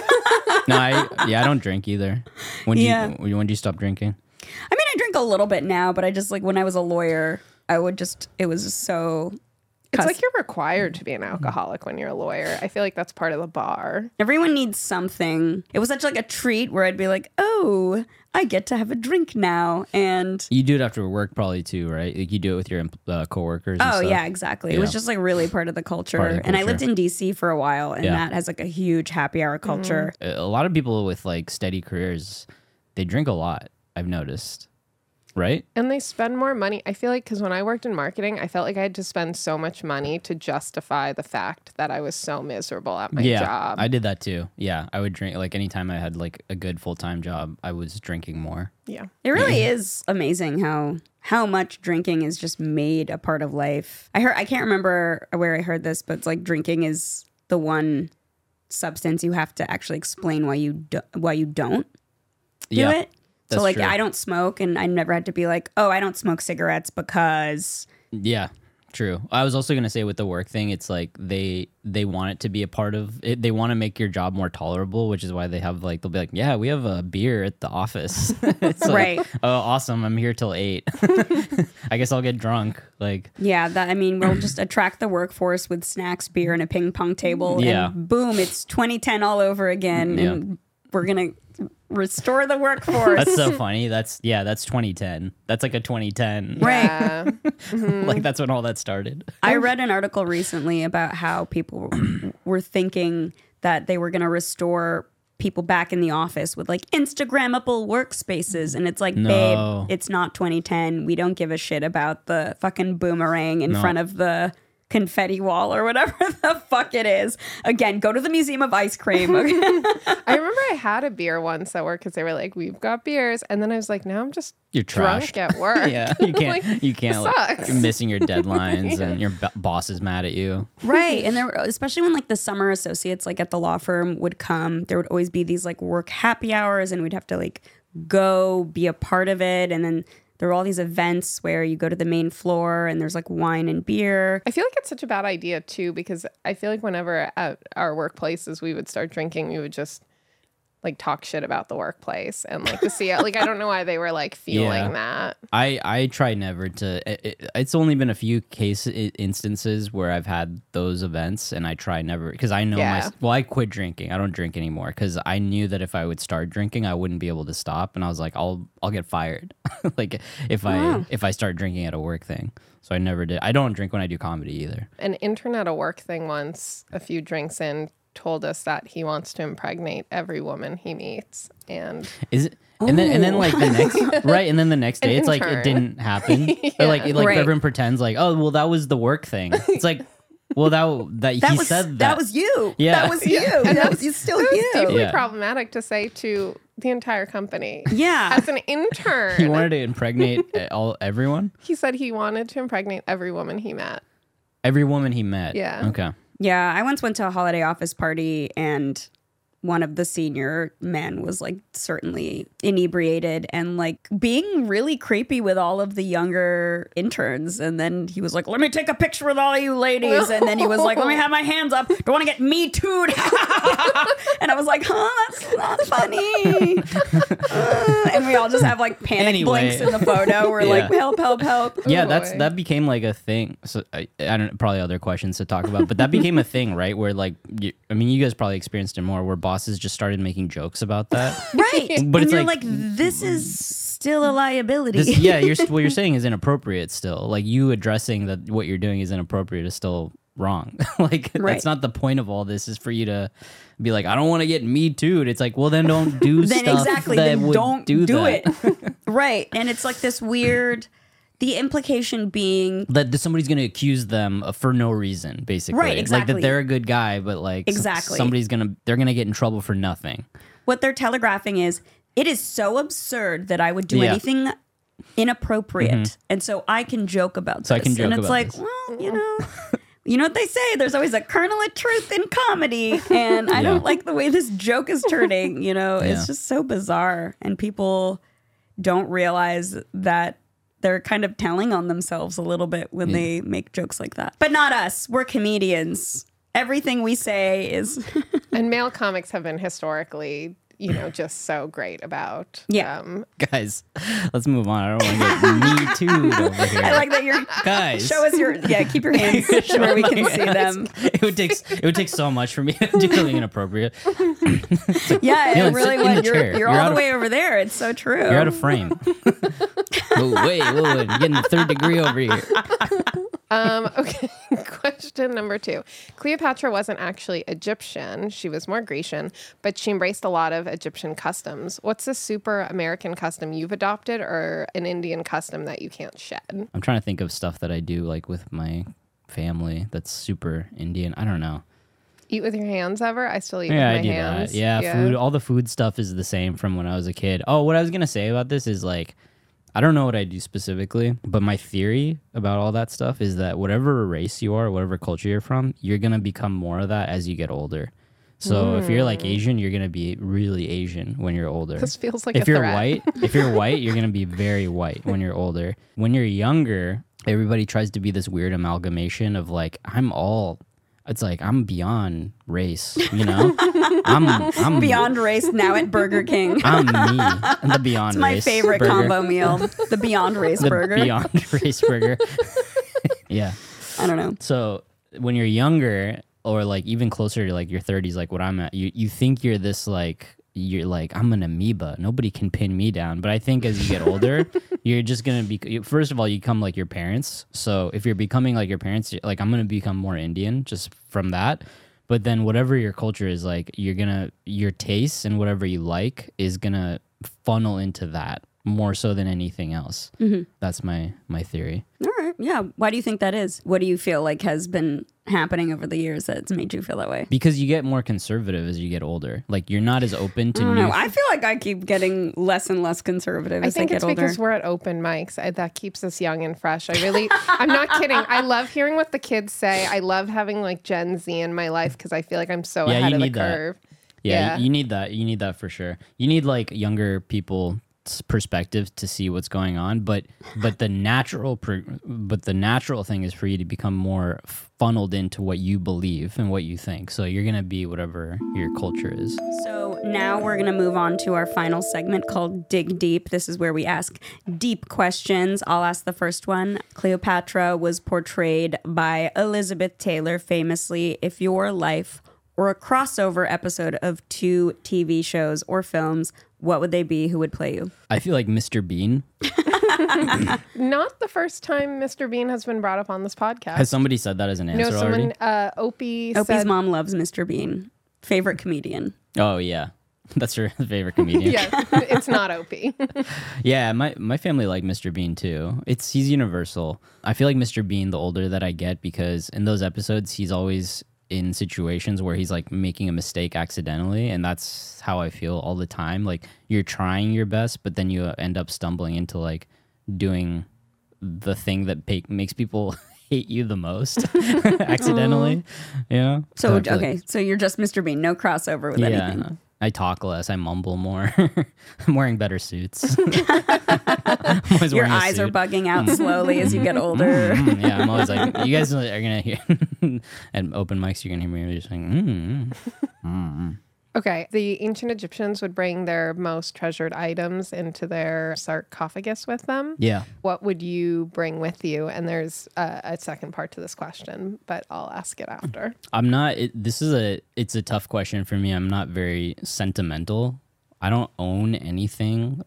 S3: No, I yeah, I don't drink either. When do
S4: Yeah.
S3: you when when do you stop drinking?
S4: I mean, I drink a little bit now, but I just like when I was a lawyer, I would just it was just so.
S5: It's
S4: cuss-
S5: like you're required to be an alcoholic when you're a lawyer. I feel like that's part of the bar.
S4: everyone needs something. It was such like a treat where I'd be like, oh, I get to have a drink now, and
S3: You do it after work probably too, right? Like you do it with your empl- uh, coworkers. and
S4: oh
S3: stuff.
S4: yeah, exactly. It was just like really part of the culture.
S3: Part of the
S4: And I
S3: culture.
S4: lived in D.C. for a while, and
S3: Yeah. Mm-hmm.
S4: that has like a huge happy hour culture.
S3: A a lot of people with like steady careers, they drink a lot. I've noticed, right?
S5: And they spend more money. I feel like because when I worked in marketing, I felt like I had to spend so much money to justify the fact that I was so miserable at my
S3: yeah,
S5: job.
S3: I did that too. Yeah, I would drink like anytime I had like a good full time job, I was drinking more.
S5: yeah.
S4: It really is amazing how how much drinking is just made a part of life. I heard I can't remember where I heard this, but it's like drinking is the one substance you have to actually explain why you do, why you don't do
S3: yeah,
S4: it. So
S3: that's
S4: like
S3: true.
S4: I don't smoke and I never had to be like, "Oh, I don't smoke cigarettes because
S3: Yeah, true. I was also gonna say with the work thing, it's like they they want it to be a part of it. They want to make your job more tolerable, which is why they have like they'll be like, yeah, we have a beer at the office. [LAUGHS] It's like,
S4: Right.
S3: oh, awesome! I'm here till eight. [LAUGHS] I guess I'll get drunk. Like
S4: yeah, that I mean, we'll
S3: [CLEARS THROAT]
S4: just attract the workforce with snacks, beer and a ping pong table
S3: Yeah. Mm,
S4: and boom, it's 2010 all over again
S3: Yeah.
S4: and we're going to restore the workforce.
S3: that's
S5: [LAUGHS]
S3: so funny. That's yeah. That's 2010. That's like a 2010. [LAUGHS]
S4: right.
S5: Yeah. Mm-hmm.
S3: Like that's when all that started.
S4: I read an article recently about how people [CLEARS THROAT] were thinking that they were going to restore people back in the office with like Instagrammable workspaces. And it's like,
S3: No.
S4: babe, it's not 2010. We don't give a shit about the fucking boomerang in front of the confetti wall or whatever [LAUGHS] the fuck it is. Again, go to the Museum of Ice Cream. Okay?
S5: [LAUGHS] I remember I had a beer once at work because they were like, "We've got beers," and then I was like, "Now I'm just
S3: You're
S5: drunk
S3: trashed.
S5: at
S3: [LAUGHS]
S5: work."
S3: yeah,
S5: [LAUGHS]
S3: you can't.
S5: Like,
S3: you can't. Like,
S5: sucks.
S3: you're missing
S5: [LAUGHS]
S3: your deadlines, and your b- boss is mad at you.
S4: right. And there were, especially when like the summer associates like at the law firm would come, there would always be these like work happy hours and we'd have to like go be a part of it. And then there were all these events where you go to the main floor and there's like wine and beer.
S5: I feel like it's such a bad idea too because I feel like whenever at our workplaces we would start drinking, we would just like talk shit about the workplace and like the CEO. like I don't know why they were like
S3: [LAUGHS]
S5: feeling
S3: Yeah.
S5: that.
S3: I I try never to. It, it- it's only been a few case i- instances where I've had those events, and I try never because I know
S5: Yeah.
S3: my. Well, I quit drinking. I don't drink anymore because I knew that if I would start drinking, I wouldn't be able to stop, and I was like, I'll I'll get fired. [LAUGHS] like if I if I start drinking at a work thing, so I never did. I don't drink when I do comedy either.
S5: An intern at a work thing once, a few drinks in, told us that he wants to impregnate every woman he meets,
S3: [LAUGHS]
S5: and
S3: Is it? And then, and then, like the next, right? And then the next day,
S5: An
S3: it's like
S5: intern.
S3: it didn't happen. Or like, it, like
S4: Right.
S3: everyone pretends, like, oh, well, that was the work thing. It's like, well, that that,
S2: That
S3: he
S2: was
S3: said
S2: that.
S3: that.
S2: was you.
S3: Yeah.
S2: That was you. that was you still you.
S5: deeply
S3: Yeah.
S5: problematic to say to the entire company.
S4: Yeah.
S5: As
S3: [LAUGHS]
S5: an intern,
S3: He wanted to impregnate [LAUGHS] uh, all everyone,
S5: he said he wanted to impregnate every woman he met.
S3: every woman he met.
S5: Yeah.
S3: Okay.
S4: Yeah, Oh, I once went to a holiday office party and one of the senior men was like certainly inebriated and like being really creepy with all of the younger interns and then he was like let me take a picture with all you ladies and then he was like let me have my hands up don't want to get me too [LAUGHS] and i was like huh that's not funny [LAUGHS] Uh, and we all just have like panic
S3: Anyway.
S4: blinks in the photo we're like
S3: Yeah.
S4: help help help
S3: Yeah, that's
S5: boy.
S3: that became like a thing. So I, I don't probably other questions to talk about, but that
S4: [LAUGHS]
S3: became a thing, right? Where like, you, I mean, you guys probably experienced it more, where bosses just started making jokes about that.
S4: [LAUGHS] right
S3: But
S4: and
S3: it's
S4: you're
S3: like-
S4: like, this is still a liability
S3: This- yeah, you're, what you're saying is inappropriate still. Like you addressing that what you're doing is inappropriate is still wrong. [LAUGHS] like
S4: Right.
S3: that's not the point of all this is for you to be like, I don't want to get me too. It's like, well, then don't do
S4: [LAUGHS] then
S3: stuff
S4: exactly
S3: that
S4: then
S3: would
S4: don't do,
S3: that. [LAUGHS]
S4: it right and it's like this weird the implication being
S3: That that somebody's going to accuse them of- for no reason, basically.
S4: Right,
S3: Like that
S4: exactly.
S3: they're a good guy, but like s-
S4: Exactly.
S3: somebody's gonna they're gonna get in trouble for nothing. [LAUGHS]
S4: what they're telegraphing is it is so absurd that i would do
S3: Yeah. Mm-hmm.
S4: anything inappropriate and so i can joke about
S3: So I
S4: this
S3: can joke
S4: and it's
S3: about
S4: like
S3: this.
S4: well you know [LAUGHS] you know what they say there's always a kernel of truth in comedy and i
S3: Yeah.
S4: don't like the way this joke is turning you
S3: [LAUGHS]
S4: know
S3: Yeah.
S4: it's just so bizarre and people don't realize that they're kind of telling on themselves a little bit when they make jokes like that. But not us. We're comedians. Everything we say is [LAUGHS]
S5: And male comics have been historically, you know, just so great about.
S4: Yeah.
S5: Um,
S3: Guys, let's move on. I don't want to get me too over here.
S4: [LAUGHS] I like that you're
S3: Guys,
S4: show us your yeah, keep
S3: [LAUGHS]
S4: your hands where we can see them.
S3: it would take it would take so much for me to do something inappropriate.
S4: Yeah,
S3: [LAUGHS] Yeah,
S4: it
S3: sit
S4: really
S3: in the
S4: would. You're,
S3: chair.
S4: you're,
S3: You're
S4: all
S3: out
S4: the
S3: of-
S4: way over there. It's so true.
S3: You're out of
S4: [LAUGHS]
S3: frame. whoa, wait, whoa, whoa, you're getting the third degree over here.
S5: um, [LAUGHS] okay. Question number two Cleopatra wasn't actually Egyptian. She was more Grecian, but she embraced a lot of Egyptian customs. What's a super American custom you've adopted or an Indian custom that you can't shed?
S3: I'm trying to think of stuff that I do like with my family that's super Indian. I don't know.
S5: Eat with your hands ever? I still eat
S3: Yeah,
S5: with
S3: I
S5: my
S3: do
S5: hands.
S3: that. Yeah, food. All the food stuff is the same from when I was a kid. Oh, what I was gonna say about this is like, I don't know what I do specifically, but my theory about all that stuff is that whatever race you are, whatever culture you're from, you're gonna become more of that as you get older. So if you're
S4: Hmm.
S3: like Asian, you're gonna be really Asian when you're older.
S5: This feels like a
S3: if you're
S5: threat.
S3: white, if you're white, you're gonna be very white when you're older. When you're younger, everybody tries to be this weird amalgamation of like, I'm all. It's like I'm beyond race, you
S4: [LAUGHS]
S3: know. I'm I'm
S4: Beyond race now at
S3: [LAUGHS]
S4: Burger King.
S3: I'm me. And the Beyond
S4: It's [LAUGHS] my
S3: Race
S4: favorite
S3: burger.
S4: combo meal. The Beyond Race
S3: The
S4: burger.
S3: Beyond [LAUGHS] Race
S4: [LAUGHS]
S3: burger. yeah.
S4: I don't know.
S3: So when you're younger or like even closer to like your 30s like what I'm at you you think you're this like you're like I'm an amoeba nobody can pin me down but I think as you get older you're just going to be first of all you become like your parents so if you're becoming like your parents you're- like I'm going to become more Indian just from that but then whatever your culture is like you're going to your tastes and whatever you like is going to funnel into that more so than anything else. That's my my theory.
S4: All right. Yeah. Why do you think that is? What do you feel like has been happening over the years that's made you feel that way?
S3: Because you get more conservative as you get older. Like you're not as open to
S4: I don't
S3: new.
S4: know. I feel like I keep getting less and less conservative
S5: I
S4: as I
S5: think
S4: get
S5: it's
S4: older.
S5: because we're at open mics. I, that keeps us young and fresh. I really, I'm not kidding. I love hearing what the kids say. I love having like Gen Z in my life because I feel like I'm so
S3: Yeah,
S5: ahead
S3: you
S5: of the
S3: need that.
S5: curve.
S3: yeah,
S5: yeah.
S3: You, you need that. You need that for sure. You need like younger people perspective to see what's going on but but the natural pr- but the natural thing is for you to become more funneled into what you believe and what you think so you're gonna be whatever your culture is
S4: So now we're going to move on to our final segment called Dig Deep. This is where we ask deep questions. I'll ask the first one. Cleopatra was portrayed by Elizabeth Taylor famously. If your life were a crossover episode of two TV shows or films, what would they be? Who would play you?
S3: i feel like mr bean
S5: Not the first time Mr. Bean has been brought up on this podcast.
S3: has somebody said that as an
S5: no,
S3: answer
S5: someone,
S3: already
S5: uh, Opie,
S4: Opie's
S5: said,
S4: mom loves Mr. Bean. Favorite comedian.
S3: oh yeah [LAUGHS] that's her favorite comedian
S5: yeah, [LAUGHS] it's not Opie. [LAUGHS]
S3: Yeah, my, my family like Mr. Bean too. It's he's universal. I feel like Mr. Bean the older that I get because in those episodes he's always in situations where he's like making a mistake accidentally and that's how I feel all the time. Like you're trying your best but then you end up stumbling into like doing the thing that pa- makes people [LAUGHS] hate you the most [LAUGHS] accidentally. Yeah.
S4: So, uh,
S3: I feel like-
S4: okay, so you're just Mr. Bean, no crossover with
S3: yeah.
S4: anything.
S3: I talk less. I mumble more. [LAUGHS] I'm wearing better suits. [LAUGHS] I'm always
S4: Your
S3: wearing a
S4: eyes are
S3: suit.
S4: bugging
S3: [LAUGHS]
S4: out slowly as you get older.
S3: Mm, yeah, I'm always like, you guys are gonna hear [LAUGHS] at open mics. You're gonna hear me just saying, mm.
S5: Okay, the ancient Egyptians would bring their most treasured items into their sarcophagus with them.
S3: yeah.
S5: What would you bring with you? And there's uh, a, a second part to this question, but I'll ask it after.
S3: I'm not. It, this is a. It's a tough question for me. I'm not very sentimental. I don't own anything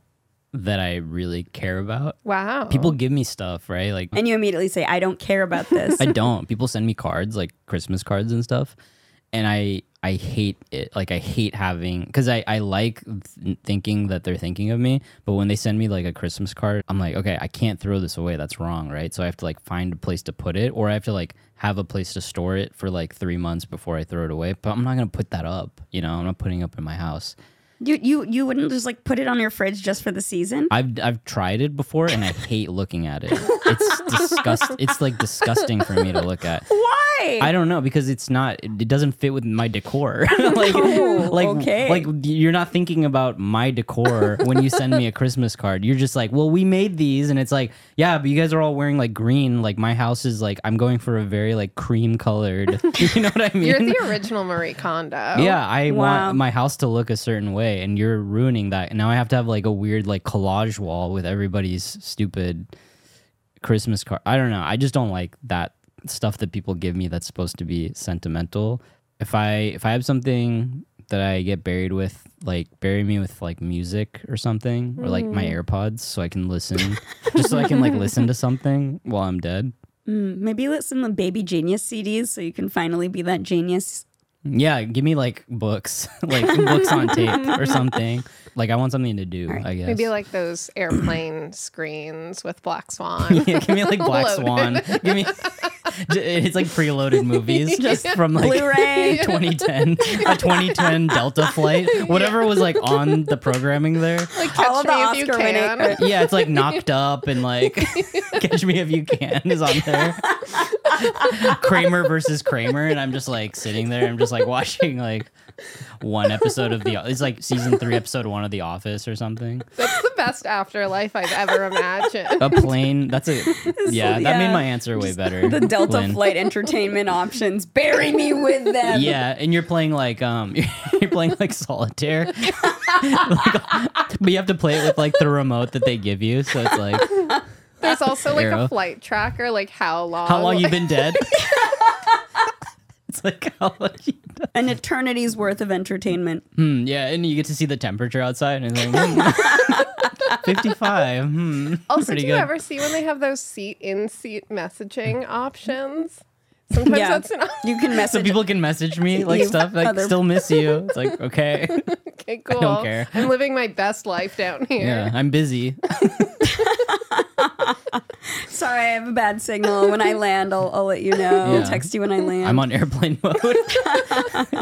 S3: that I really care about.
S5: Wow.
S4: Oh.
S3: People give me stuff, right? Like
S4: and you immediately say, "I don't care about this."
S3: I don't. People send me cards, like Christmas cards and stuff, and I I hate it. Like I hate having because I I like th- thinking that they're thinking of me, but when they send me like a Christmas card, I'm like, okay, I can't throw this away. That's wrong, right? So I have to like find a place to put it, or I have to like have a place to store it for like three months before I throw it away. But I'm not gonna put that up. You know, I'm not putting up in my house.
S4: you you you wouldn't just like put it on your fridge just for the season.
S3: I've I've tried it before, and I hate looking at it. It's disgust. It's like disgusting for me to look at.
S4: Why?
S3: I don't know because it's not. It doesn't fit with my
S5: [LAUGHS]
S3: decor. [LAUGHS] like,
S5: Oh,
S3: [LAUGHS] like,
S4: Oh, okay.
S3: like you're not thinking about my decor when you send me a Christmas card. You're just like, well, we made these, and it's like, yeah, but you guys are all wearing like green. Like my house is like, I'm going for a very like cream colored. [LAUGHS] you know what I mean?
S5: You're the original Marie Kondo.
S3: [LAUGHS] yeah, I
S4: Wow.
S3: want my house to look a certain way, and you're ruining that. And now I have to have like a weird like collage wall with everybody's stupid Christmas card. I don't know. I just don't like that stuff that people give me that's supposed to be sentimental. If I if I have something that I get buried with, like bury me with like music or something, or like my AirPods, so I can listen, just so I can like listen to something while I'm dead.
S4: Mm, Maybe listen to Baby Genius CDs so you can finally be that genius.
S3: Yeah, give me like books, [LAUGHS] like books on tape
S5: [LAUGHS]
S3: or something. Like I want something to do. I guess
S5: Maybe like those airplane screens with Black Swan.
S3: [LAUGHS] [LAUGHS] yeah, give me like Black
S5: Loaded.
S3: Swan. Give
S5: [LAUGHS]
S3: me. It's like preloaded movies just from like [LAUGHS]
S4: Blu-ray.
S3: 2010, a 2010 Delta flight, whatever was like on the programming there.
S5: Like catch
S4: All of the
S5: me if you
S4: Oscar winning- [LAUGHS]
S5: can.
S3: Yeah, it's like knocked up and like [LAUGHS] Catch Me If You Can is on there. [LAUGHS] Kramer versus Kramer, and I'm just like sitting there. I'm just like watching like one episode of the. It's like season three, episode one of The Office or something.
S5: That's the best afterlife I've ever
S3: [LAUGHS]
S5: imagined.
S3: A plane. That's
S4: [LAUGHS]
S3: a. Yeah, that
S4: yeah.
S3: made my answer way better. [LAUGHS]
S4: The Delta
S3: Lynn.
S4: Flight Entertainment options. Bury me with them.
S3: Yeah, and you're playing like um, [LAUGHS] you're playing like solitaire, [LAUGHS] Like, but you have to play it with like the remote that they give you. So it's like
S5: There's also like
S3: Arrow.
S5: a flight tracker, like how long.
S3: how long you been [LAUGHS] dead? it's like how long. You been-
S4: An eternity's worth of entertainment.
S3: hmm, yeah, and you get to see the temperature outside, and it's like hmm, [LAUGHS] fifty-five. Hmm,
S5: [LAUGHS] Also,
S3: pretty
S5: do you
S3: good.
S5: ever see when they have those seat in seat messaging options? Sometimes
S4: Yeah.
S5: that's an [LAUGHS]
S4: You can
S3: So
S4: message.
S3: people can message me like stuff like
S4: other-
S3: [LAUGHS] still miss you. It's like okay,
S5: okay, cool.
S3: care.
S5: I'm living my best life down here.
S3: yeah, I'm busy.
S4: [LAUGHS] Sorry, I have a bad signal. When I land, I'll, I'll let you know.
S3: Yeah.
S4: Text you when I land.
S3: I'm on airplane [LAUGHS] mode.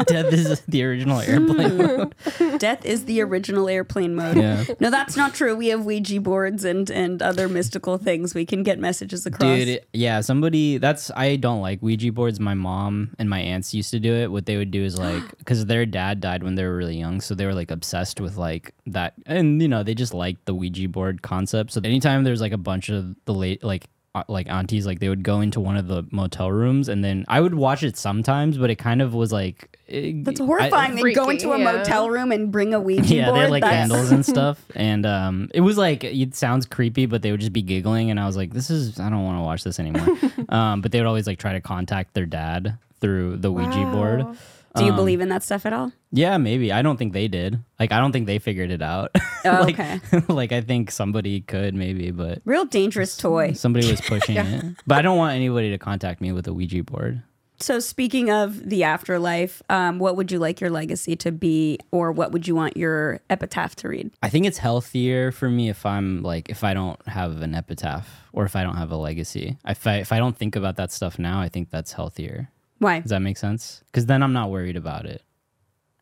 S3: Death is the original airplane mode.
S4: Death is the original airplane mode.
S3: Yeah.
S4: No, that's not true. We have Ouija boards and and other mystical things. We can get messages across.
S3: Dude, it- yeah, somebody that's I don't like Ouija boards. My mom and my aunts used to do it. What they would
S4: [GASPS]
S3: do is like because their dad died when they were really young, so they were like obsessed with like that, and you know they just liked the Ouija board concept. So anytime there's like a bunch of the late like uh, like aunties like they would go into one of the motel rooms and then I would watch it sometimes, but it kind of was like it-
S4: that's
S3: I-
S4: horrifying. They go
S5: Freaky,
S4: into a
S5: yeah.
S4: motel room and bring a Ouija
S3: yeah,
S4: board.
S3: they had like
S4: That's-
S3: candles and stuff, and um, it was like it sounds creepy, but they would just be giggling, and I was like, "This is I don't want to watch this
S4: [LAUGHS]
S3: anymore." um, but they would always like try to contact their dad through the Ouija board.
S5: Wow.
S4: Do
S3: um,
S4: you believe in that stuff
S3: [LAUGHS]
S4: at all?
S3: Yeah, maybe I don't think they did. Like I don't think they figured it out. [LAUGHS]
S4: Oh,
S3: like,
S4: okay.
S3: like I think somebody could maybe, but
S4: Real dangerous toy.
S3: somebody
S4: [LAUGHS]
S3: was pushing it. But I don't want anybody to contact me with a Ouija board.
S4: So speaking of the afterlife, um, what would you like your legacy to be, or what would you want your epitaph to read?
S3: I think it's healthier for me if I'm like if I don't have an epitaph or if I don't have a legacy. If I if I don't think about that stuff now, I think that's healthier.
S4: Why?
S3: Does that make sense? Because then I'm not worried about it,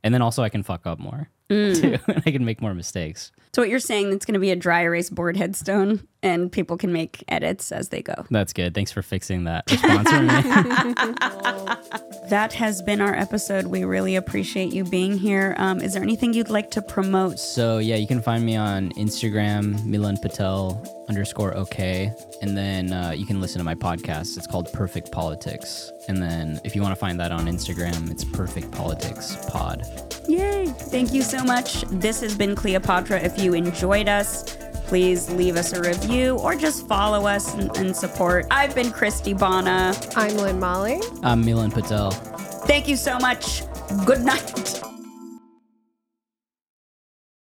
S3: and then also I can fuck up more too, [LAUGHS] and I can make more mistakes.
S4: So what you're saying? It's going to be a dry erase board headstone, and people can make edits as they go.
S3: That's good. Thanks for fixing that. Sponsor me.
S4: That has been our episode. We really appreciate you being here. Um, is there anything you'd like to promote?
S3: so yeah, you can find me on Instagram Milan Patel underscore okay, and then uh, you can listen to my podcast. It's called Perfect Politics, and then if you want to find that on Instagram, it's Perfect Politics Pod.
S4: Yay! Thank you so much. This has been Cleopatra. If you enjoyed us, please leave us a review or just follow us and, and support. I've been Christy Bonna.
S5: I'm Lynn Molly.
S3: I'm Milan Patel.
S4: Thank you so much. Good night.